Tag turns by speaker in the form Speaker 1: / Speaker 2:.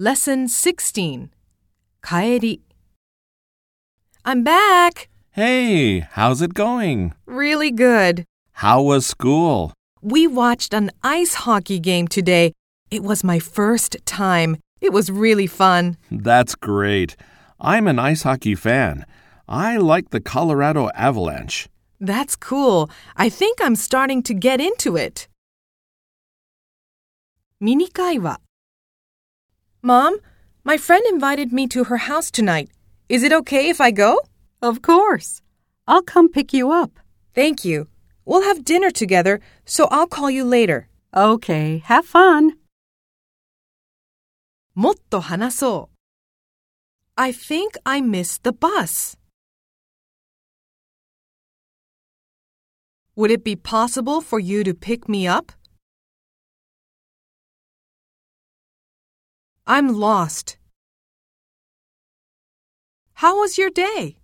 Speaker 1: Lesson 16 Kaeri. I'm back!
Speaker 2: Hey, how's it going?
Speaker 1: Really good.
Speaker 2: How was school?
Speaker 1: We watched an ice hockey game today. It was my first time. It was really fun.
Speaker 2: That's great. I'm an ice hockey fan. I like the Colorado Avalanche.
Speaker 1: That's cool. I think I'm starting to get into it. ミニ会話 Mom, my friend invited me to her house tonight. Is it okay if I go?
Speaker 3: Of course. I'll come pick you up.
Speaker 1: Thank you. We'll have dinner together, so I'll call you later.
Speaker 3: Okay, have fun.
Speaker 1: もっと話そう I think I missed the bus. Would it be possible for you to pick me up? I'm lost. How was your day?